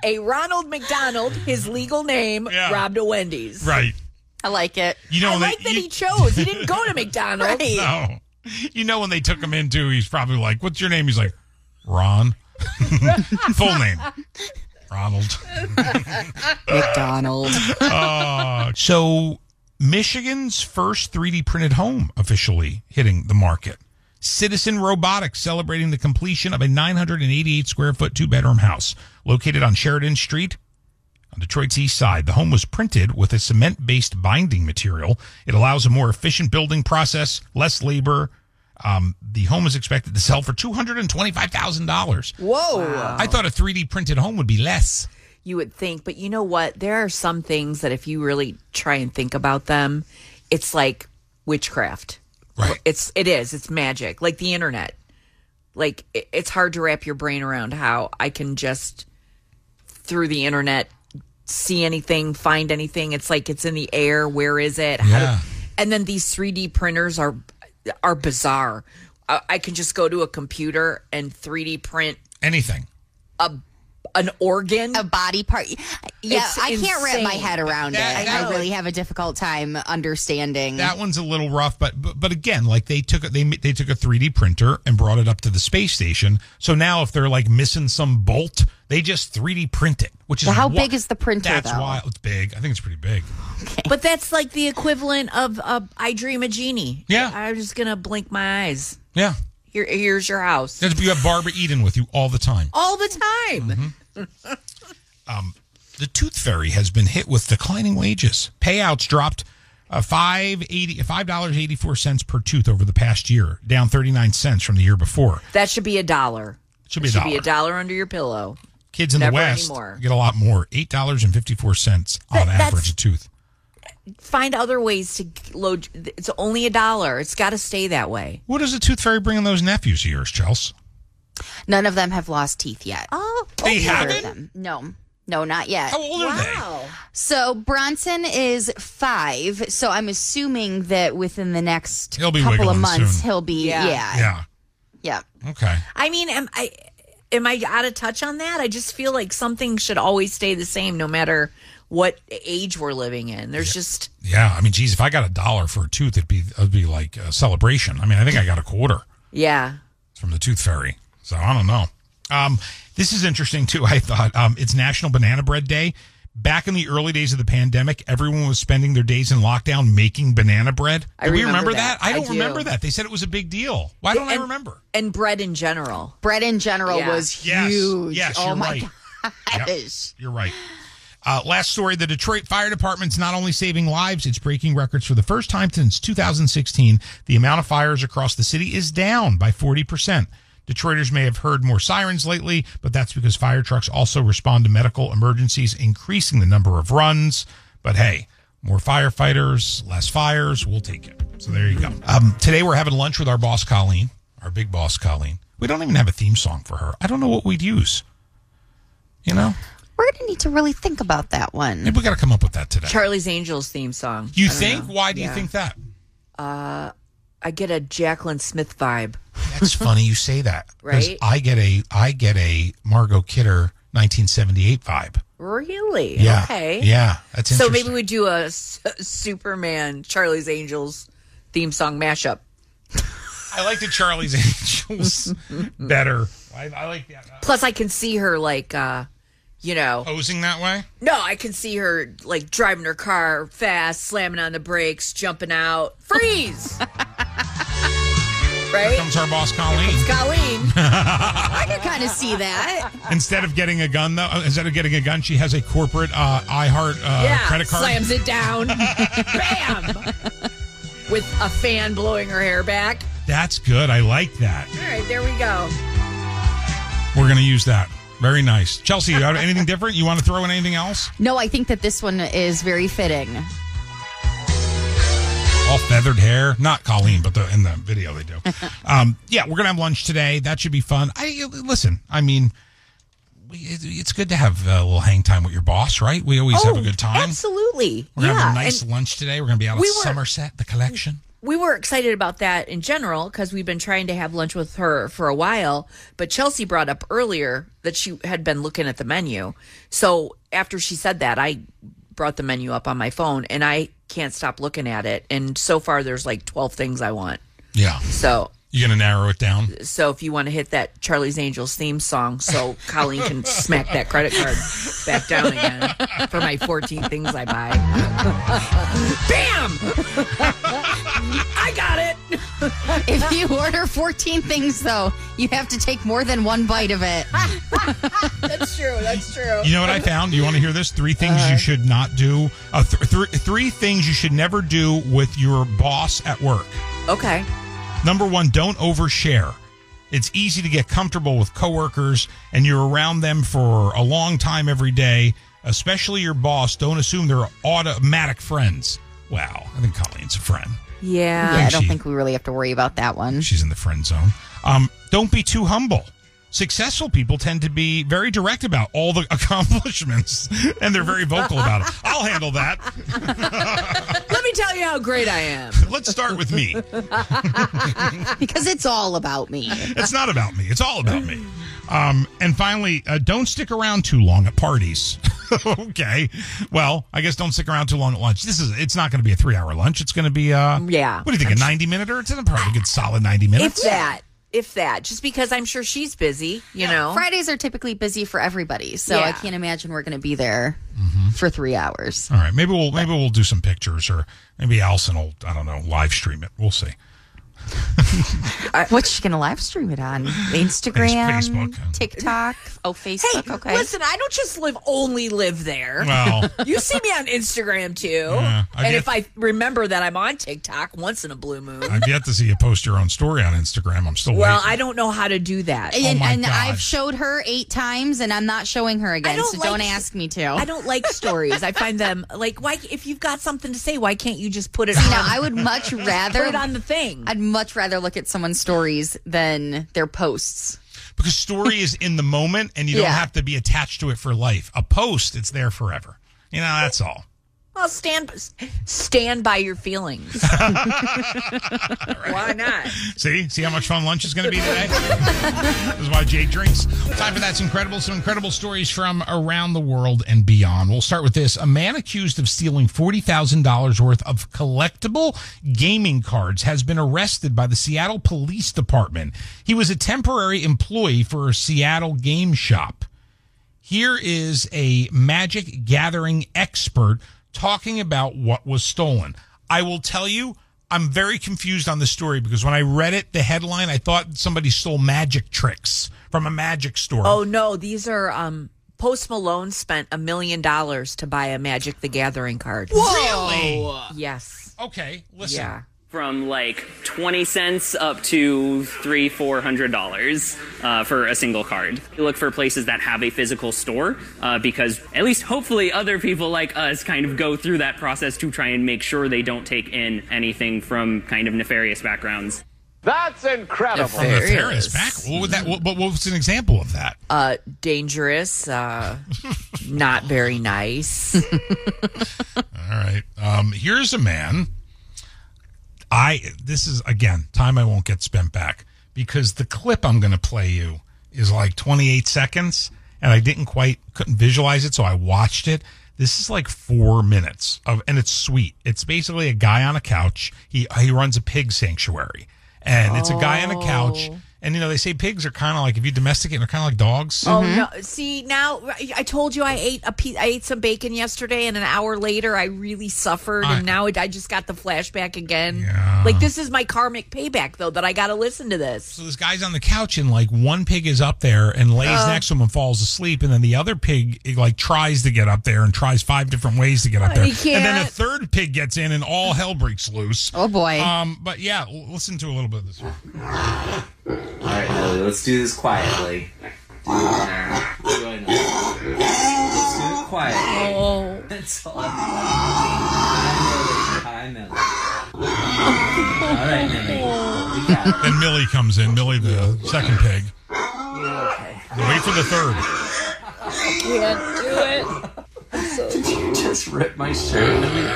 S2: a Ronald McDonald, his legal name,
S1: Yeah.
S2: robbed a Wendy's.
S1: Right.
S3: I like it.
S1: You know,
S2: I
S1: they-
S2: like that
S1: you-
S2: he chose. He didn't go to McDonald's.
S1: No. You know when they took him into, he's probably like, "What's your name?" He's like, "Ron." Full name, Ronald.
S3: McDonald.
S1: Uh, so, Michigan's first 3D printed home officially hitting the market. Citizen Robotics celebrating the completion of a 988 square foot two bedroom house located on Sheridan Street on Detroit's east side. The home was printed with a cement based binding material. It allows a more efficient building process, less labor. Um, the home is expected to sell for $225,000.
S2: Whoa.
S1: I thought a 3D printed home would be less.
S2: You would think, but you know what? There are some things that if you really try and think about them, it's like witchcraft.
S1: Right.
S2: It's it is. It's magic. Like the internet. Like i- it's hard to wrap your brain around how I can just through the internet see anything, find anything. It's like it's in the air. Where is it? How do-
S1: Yeah.
S2: and then these 3D printers are are bizarre. I, I can just go to a computer and 3D print
S1: Anything.
S2: a an organ.
S3: a body part. Yeah,
S2: It's
S3: I can't wrap my
S2: insane.
S3: head around
S1: That-
S3: it.
S1: that-
S3: I really have a difficult time understanding.
S1: That one's a little rough, but but, but again, like they took it, they they took a 3D printer and brought it up to the space station. So now, if they're like missing some bolt, they just 3D print it. Which is
S3: How
S1: wi-
S3: big is the printer,
S1: That's
S3: though?
S1: wild. It's big. I think it's pretty big.
S2: But that's like the equivalent of uh, I dream a genie.
S1: Yeah.
S2: I'm just gonna blink my eyes.
S1: Yeah,
S2: Here, here's your house
S1: Mm-hmm. That's- you have Barbara Eden with you all the time.
S2: all the time.
S1: the tooth fairy has been hit with declining wages. Payouts dropped uh, five eighty five dollars eighty four cents per tooth over the past year, down thirty nine cents from the year before.
S2: That should be a dollar.
S1: Should be
S2: It
S1: a dollar.
S2: under your pillow.
S1: Kids in
S2: Never
S1: the West
S2: anymore.
S1: get a lot more eight dollars and fifty four cents
S2: But
S1: on
S2: that's-
S1: average a tooth.
S2: Find other ways to load. It's only a dollar. It's got to stay that way.
S1: What does the tooth fairy bring in those nephews of yours, Chels?
S3: None of them have lost teeth yet. Oh,
S1: They haven't?
S3: Them. No, no, not yet.
S1: How old are they?
S3: So Bronson is five. So I'm assuming that within the next
S1: He'll be
S3: couple of
S1: wiggling
S3: months,
S1: soon.
S3: he'll be yeah. yeah,
S1: Yeah. Okay.
S2: I mean, am I am I out of touch on that? I just feel like something should always stay the same, no matter what age we're living in. There's just
S1: Yeah. I mean, geez, if I got a dollar for a tooth, it'd be it'd be like a celebration. I mean, I think I got a quarter.
S2: yeah.
S1: from the Tooth Fairy. So I don't know. Um, this is interesting too. I thought um, it's National Banana Bread Day. Back in the early days of the pandemic, everyone was spending their days in lockdown making banana bread. Do
S2: I
S1: we
S2: remember
S1: remember that?
S2: that.
S1: I
S2: I
S1: don't
S2: do.
S1: remember that. They said it was a big deal. Why don't I
S2: And-
S1: remember?
S2: And bread in general.
S3: Bread in general was
S1: Yes.
S3: huge.
S1: Yes,
S3: oh
S1: you're
S3: my
S1: right.
S3: gosh.
S1: You're right. Uh, last story the Detroit Fire Department's not only saving lives, it's breaking records for the first time since 2016. The amount of fires across the city is down by 40%. Detroiters may have heard more sirens lately, but that's because fire trucks also respond to medical emergencies, increasing the number of runs. But hey, more firefighters, less fires, we'll take it. So there you go. Um, today we're having lunch with our boss, Colleen, our big boss, Colleen. We don't even have a theme song for her. I don't know what we'd use. You know?
S3: We're gonna need to really think about that one.
S1: Maybe we got to come up with that today.
S2: Charlie's Angels theme song.
S1: You
S2: I don't
S1: think?
S2: know.
S1: Why do you
S2: Yeah.
S1: think that?
S2: Uh, I get a Jacqueline Smith vibe.
S1: That's funny you say that. 'cause
S2: Right?
S1: I get a I get a Margot Kidder 1978 vibe.
S2: Really?
S1: Yeah.
S2: Okay.
S1: Yeah, that's
S2: so.
S1: interesting.
S2: Maybe we do a S- Superman Charlie's Angels theme song mashup.
S1: I like the Charlie's Angels better. I, I like that.
S2: Plus, I can see her like, uh, you know,
S1: posing that way.
S2: No, I can see her like driving her car fast, slamming on the brakes, jumping out, freeze.
S1: Here
S2: right?
S1: comes our boss Colleen.
S2: Colleen.
S3: I can kind of see that.
S1: Instead of getting a gun, though, uh, instead of getting a gun, she has a corporate uh, iHeart uh,
S2: yeah,
S1: credit card.
S2: slams it down, bam, with a fan blowing her hair back.
S1: That's good. I like that.
S2: All right, there we go.
S1: We're going to use that. Very nice, Chelsea. You have anything different? You want to throw in anything else?
S3: No, I think that this one is very fitting.
S1: all feathered hair. Not Colleen, but the in the video they do. um, yeah, we're gonna have lunch today. That should be fun. I listen. I mean, we- it- it's good to have a little hang time with your boss, right? We always have a good time.
S2: Oh, Absolutely.
S1: We're gonna
S2: yeah.
S1: have a nice
S2: and
S1: lunch today. We're gonna be out
S2: We
S1: at
S2: were-
S1: Somerset, the collection.
S2: we were excited about that in general because we've been trying to have lunch with her for a while. But Chelsea brought up earlier that she had been looking at the menu. So after she said that, I brought the menu up on my phone and I can't stop looking at it. And so far, there's like 12 things I want.
S1: Yeah,
S2: So.
S1: you're gonna narrow it down.
S2: So if you want to hit that Charlie's Angels theme song, so Colleen can smack that credit card back down again for my 14 things I buy. Bam! I got it.
S3: if you order 14 things, though, you have to take more than one bite of it.
S2: That's true. That's true.
S1: You know what I found? You want to hear this? Three things
S2: Uh,
S1: you should not do. Uh, th- th- three things you should never do with your boss at work.
S2: Okay.
S1: Number one, don't overshare. It's easy to get comfortable with coworkers and you're around them for a long time every day, especially your boss. Don't assume they're automatic friends. Wow, I think Colleen's a friend.
S3: Yeah, I don't think we really have to worry about that one.
S1: She's in the friend zone. Um, don't be too humble. Successful people tend to be very direct about all the accomplishments and they're very vocal about it. I'll handle that.
S2: Let me tell you how great I am.
S1: Let's start with me.
S3: because it's all about me.
S1: It's not about me. It's all about me. Um, and finally, uh, don't stick around too long at parties. okay. Well, I guess don't stick around too long at lunch. This is it's not going to be a three hour lunch. It's going to be uh
S2: Yeah.
S1: What do you think? A ninety minute or it's in probably a good solid ninety minutes.
S2: If that, if that, just because I'm sure she's busy, you know.
S3: Fridays are typically busy for everybody, so I
S2: Yeah.
S3: can't imagine we're going to be there for three hours.
S1: All right. Maybe we'll maybe we'll do some pictures or maybe Allison will I don't know live stream it. We'll see.
S3: What's she going to live stream it on? Instagram,
S1: Facebook.
S3: TikTok. Oh, Facebook.
S2: Hey,
S3: okay.
S2: listen, I don't just live only live there.
S1: Well.
S2: you see me on Instagram too,
S1: Yeah, I
S2: and
S1: get-
S2: if I remember that I'm on TikTok once in a blue moon.
S1: I've yet to see you post your own story on Instagram. I'm still
S2: well,
S1: waiting.
S2: I don't know how to do that.
S3: And, and I've showed her eight times, and I'm not showing her again. so don't ask me to.
S2: I don't like stories. I find them like why if you've got something to say, why can't you just put it?
S3: See,
S2: on,
S3: now I would much rather
S2: put it on the thing.
S3: I'd much rather look at someone's stories than their posts.
S1: because story is in the moment and you don't
S3: Yeah.
S1: have to be attached to it for life. A post, it's there forever. You know, that's all.
S2: Well, stand stand by your feelings. Why not?
S1: See? See how much fun lunch is going to be today? this is why Jake drinks. Time for That's Incredible. Some incredible stories from around the world and beyond. We'll start with this. A man accused of stealing $40,000 worth of collectible gaming cards has been arrested by the Seattle Police Department. He was a temporary employee for a Seattle game shop. Here is a magic gathering expert talking about what was stolen. I will tell you, I'm very confused on this story because when I read it, the headline, I thought somebody stole magic tricks from a magic store.
S2: Oh no, these are um Post Malone spent a million dollars to buy a Magic the Gathering card.
S1: Really?
S2: Yes.
S1: Okay, listen.
S2: Yeah.
S12: From like 20 cents up to three, four hundred dollars uh, for a single card. We look for places that have a physical store uh, because, at least hopefully, other people like us kind of go through that process to try and make sure they don't take in anything from kind of nefarious backgrounds.
S8: That's incredible.
S1: From the Ferris back. What would that? What, what was an example of that?
S2: Uh dangerous, uh not very nice.
S1: All right. Um, here's a man. I this is again time I won't get spent back because the clip I'm going to play you is like 28 seconds, and I didn't quite couldn't visualize it, so I watched it. This is like four minutes of, and it's sweet. It's basically a guy on a couch. He he runs a pig sanctuary, and it's a guy on a couch. And you know they say pigs are kind of like if you domesticate, they're kind of like dogs.
S2: Oh no! See now, I I told you I ate a piece. I ate some bacon yesterday, and an hour later, I really suffered,
S1: I-
S2: and now it, I just got the flashback again. Like this is my karmic payback, though, that I got to listen to this.
S1: So this guy's on the couch and like one pig is up there and lays
S2: Oh.
S1: next to him and falls asleep, and then the other pig it, like tries to get up there and tries five different ways to get up
S2: Oh,
S1: there,
S2: he
S1: and then a
S2: can't.
S1: third pig gets in and all hell breaks loose.
S3: Oh boy!
S1: Um, but yeah, l- listen to a little bit of this.
S13: All right, Ellie, let's do this quietly. Do it now. Do it now. Let's do it quietly.
S2: Oh,
S13: That's all. I'm Ellie. I'm Ellie. All right, Ellie. We got it.
S1: Then Millie comes in, Millie the second pig. Wait for the third.
S8: Can't
S13: Did you just rip my shirt? Millie?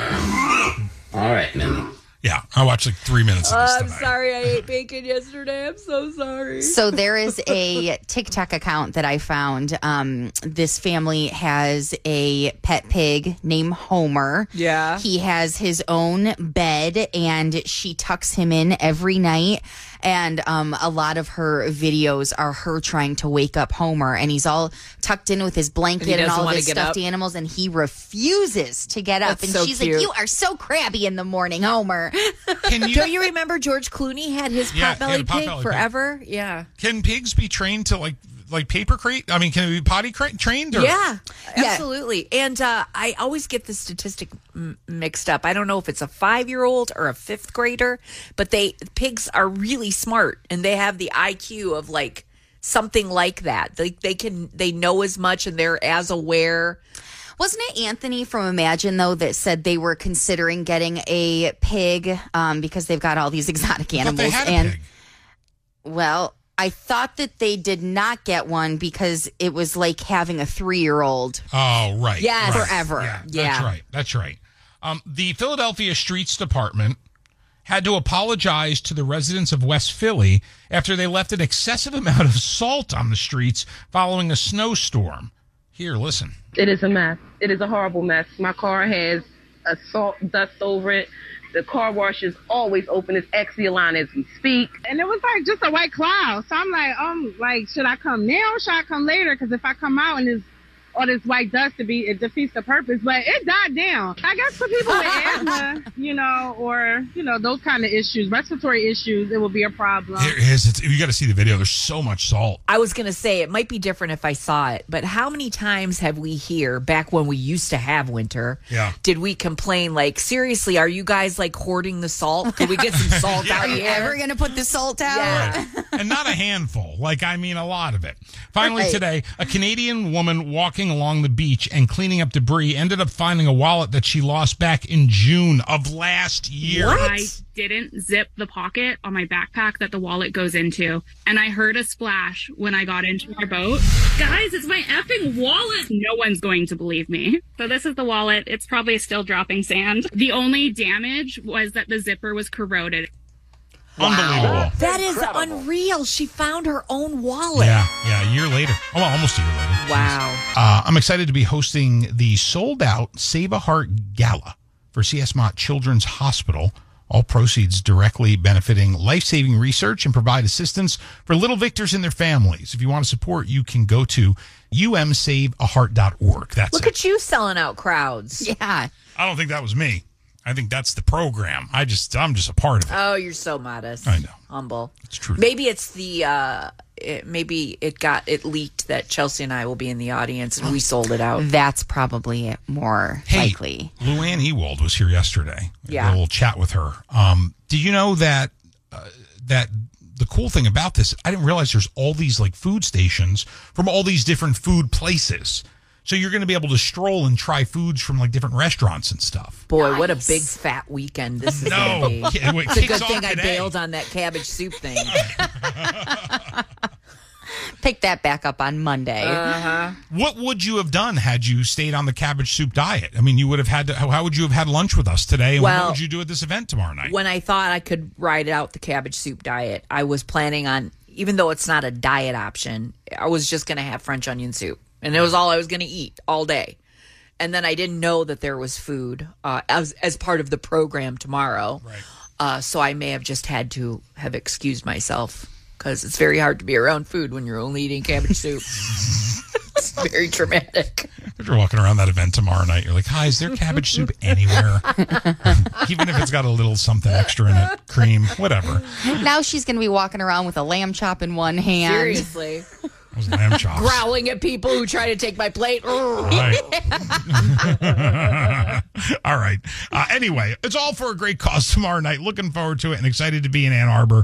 S13: All right, Millie.
S1: Yeah, I watched like three minutes of this.
S2: Oh, I'm sorry I ate bacon yesterday. I'm so sorry.
S3: So there is a TikTok account that I found. Um, this family has a pet pig named Homer.
S2: Yeah.
S3: He has his own bed and she tucks him in every night. And um, a lot of her videos are her trying to wake up Homer and he's all tucked in with his blanket and,
S2: doesn't
S3: all of
S2: wanna
S3: his
S2: get
S3: stuffed
S2: up.
S3: animals and he refuses to get up.
S2: That's
S3: and
S2: so
S3: she's
S2: cute.
S3: like, You are so crabby in the morning, Homer.
S1: Can you
S2: Don't you remember George Clooney had his
S1: Yeah,
S2: pot
S1: he had a
S2: potbelly
S1: potbelly
S2: pig
S1: pig.
S2: forever? Yeah.
S1: can pigs be trained to like like paper crate? I mean, can they be potty cra- trained? Or?
S2: Yeah, absolutely. And uh, I always get the statistic m- mixed up. I don't know if it's a five year old or a fifth grader, but they pigs are really smart and they have the IQ of like something like that. They they can they know as much and they're as aware.
S3: Wasn't it Anthony from Imagine though that said they were considering getting a pig um, because they've got all these exotic animals
S8: they had a
S3: and
S8: pig.
S3: well I thought that they did not get one because it was like having a three-year-old.
S1: Oh, right.
S3: Yes.
S1: right.
S3: Forever.
S1: Yeah, that's
S3: Yeah.
S1: right. That's right. Um, the Philadelphia Streets Department had to apologize to the residents of West Philly after they left an excessive amount of salt on the streets following a snowstorm. Here, listen.
S14: It is a mess. It is a horrible mess. My car has a salt dust over it. The car wash is always open. It's axial line as we speak.
S15: and it was like just a white cloud. So I'm like, um, like should I come now? Should I come later? Because if I come out and it's
S14: all this white dust to be it defeats the purpose. But it died down. I guess for people with asthma, you know, or you know those kind of issues, respiratory issues, it will be a problem.
S1: There is. It's, you got to see the video. There's so much salt.
S2: I was going to say it might be different if I saw it, but how many times have we here back when we used to have winter?
S1: Yeah.
S2: Did we complain like seriously? Are you guys like hoarding the salt? Could we get some salt
S3: Are
S2: out
S3: you
S2: here?
S3: ever going to put the salt out?
S1: and not a handful. Like, I mean, a lot of it. Finally,
S3: Right.
S1: today, a Canadian woman walking along the beach and cleaning up debris ended up finding a wallet that she lost back in June of last year.
S15: I didn't zip the pocket on my backpack that the wallet goes into, and I heard a splash when I got into our boat. Guys, it's my effing wallet. No one's going to believe me. So this is the wallet. It's probably still dropping sand. The only damage was that the zipper was corroded.
S1: Unbelievable.
S2: That is unreal. She found her own wallet.
S1: Yeah, yeah, a year later. Oh, well, almost a year later.
S2: Wow.
S1: Uh, I'm excited to be hosting the sold out Save a Heart Gala for CS Mott Children's Hospital. All proceeds directly benefiting life saving research and provide assistance for little victors and their families. If you want to support, you can go to umsaveaheart.org. That's
S2: Look
S1: it.
S2: at you selling out crowds. Yeah.
S1: I don't think that was me. I think that's the program. I just, I'm just a part of it.
S2: Oh, you're so modest.
S1: I know.
S2: Humble.
S1: It's true.
S2: Maybe it's the uh it, maybe it got it leaked that Chelsea and I will be in the audience and we sold it out.
S3: That's probably it more
S1: Hey,
S3: likely.
S1: Luann Ewald was here yesterday. We had a
S3: Yeah.
S1: little chat with her. Um, did you know that uh, that the cool thing about this? I didn't realize there's all these like food stations from all these different food places. So you're going to be able to stroll and try foods from like different restaurants and stuff.
S2: Boy, what a big fat weekend this is
S1: No.
S2: going to be.
S1: Yeah, well, it
S2: it's a
S1: kicks
S2: good
S1: off
S2: thing I
S1: today.
S2: bailed on that cabbage soup thing.
S3: Pick that back up on Monday.
S2: Uh-huh.
S1: What would you have done had you stayed on the cabbage soup diet? I mean, you would have had to. How, how would you have had lunch with us today? And what
S2: Well-
S1: would you do at this event tomorrow night?
S2: When I thought I could ride out the cabbage soup diet, I was planning on even though it's not a diet option, I was just going to have french onion soup. And it was all I was going to eat all day. And then I didn't know that there was food uh, as as part of the program tomorrow. Right. Uh, so I may have just had to have excused myself because it's very hard to be around food when you're only eating cabbage soup. it's very traumatic.
S1: If you're walking around that event tomorrow night, you're like, "Hi, is there cabbage soup anywhere? Even if it's got a little something extra in it, cream, whatever."
S3: Now she's going to be walking around with a lamb chop in one hand.
S2: Seriously.
S1: Those lamb chops.
S2: Growling at people who try to take my plate.
S1: Right. all right. Uh, anyway, it's all for a great cause tomorrow night. Looking forward to it and excited to be in Ann Arbor.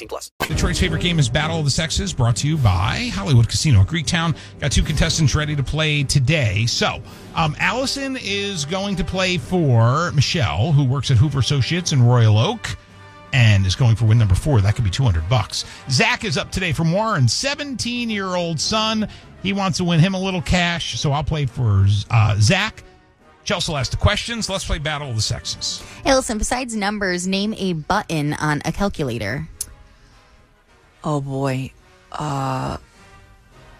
S16: plus.
S1: Detroit's favorite game is Battle of the Sexes, brought to you by Hollywood Casino at Greektown. Got two contestants ready to play today. So, um, Allison is going to play for Michelle, who works at Hoover Associates in Royal Oak, and is going for win number four. That could be two hundred bucks. Zach is up today from Warren's seventeen-year-old son. He wants to win him a little cash, so I'll play for uh, Zach. Chelsea will ask the questions. Let's play Battle of the Sexes.
S3: Hey, listen, besides numbers, name a button on a calculator.
S2: Oh boy. Uh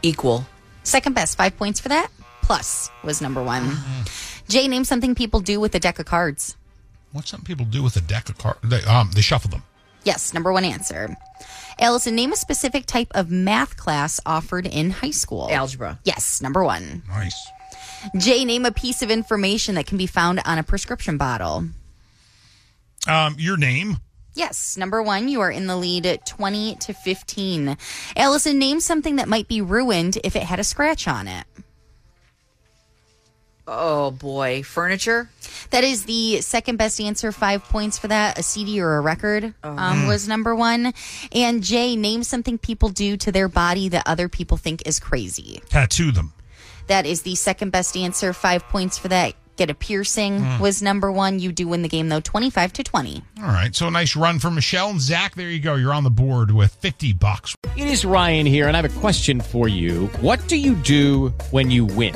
S2: equal.
S3: Second best, five points for that. Plus was number one. Jay, name something people do with a deck of cards.
S1: What's something people do with a deck of cards? They, um, they shuffle them.
S3: Yes, number one answer. Allison, name a specific type of math class offered in high school.
S2: Algebra.
S3: Yes, number one.
S1: Nice.
S3: Jay, name a piece of information that can be found on a prescription bottle.
S1: Um, your name.
S3: Yes, number one, you are in the lead at 20 to 15. Allison, name something that might be ruined if it had a scratch on it.
S2: Oh boy. Furniture?
S3: That is the second best answer, five points for that. A CD or a record um,
S2: Mm.
S3: was number one. And Jay, name something people do to their body that other people think is crazy.
S1: Tattoo them.
S3: That is the second best answer, five points for that. Get a piercing
S1: Mm.
S3: was number one. You do win the game though, twenty five to twenty.
S1: All right. So a nice run from Michelle and Zach. There you go. You're on the board with 50 bucks.
S17: It is Ryan here, and I have a question for you. What do you do when you win?